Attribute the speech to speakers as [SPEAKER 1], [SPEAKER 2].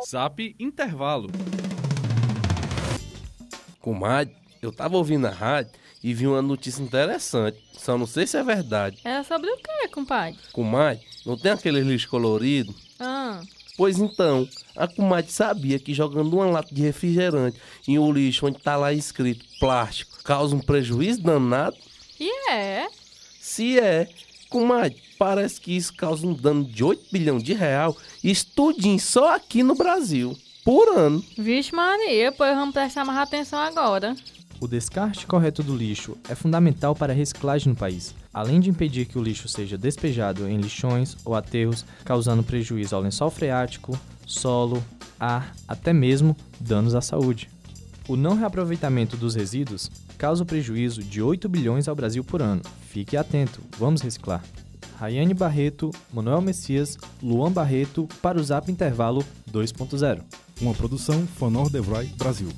[SPEAKER 1] SAP Intervalo.
[SPEAKER 2] Comadre, eu tava ouvindo a rádio e vi uma notícia interessante. Só não sei se é verdade.
[SPEAKER 3] Era sobre o que, compadre?
[SPEAKER 2] Comadre, não tem aqueles lixo colorido?
[SPEAKER 3] Ah,
[SPEAKER 2] Pois então, a comadre sabia que jogando uma lata de refrigerante em um lixo onde tá lá escrito plástico causa um prejuízo danado?
[SPEAKER 3] e é?
[SPEAKER 2] Se é, comadre, parece que isso causa um dano de 8 bilhão de real estudinho só aqui no Brasil, por ano.
[SPEAKER 3] Vixe Maria, pois vamos prestar mais atenção agora.
[SPEAKER 4] O descarte correto do lixo é fundamental para a reciclagem no país, além de impedir que o lixo seja despejado em lixões ou aterros, causando prejuízo ao lençol freático, solo, ar, até mesmo danos à saúde. O não reaproveitamento dos resíduos causa prejuízo de 8 bilhões ao Brasil por ano. Fique atento, vamos reciclar. Rayane Barreto, Manuel Messias, Luan Barreto para o Zap Intervalo 2.0.
[SPEAKER 5] Uma produção Fanor Devroy Brasil.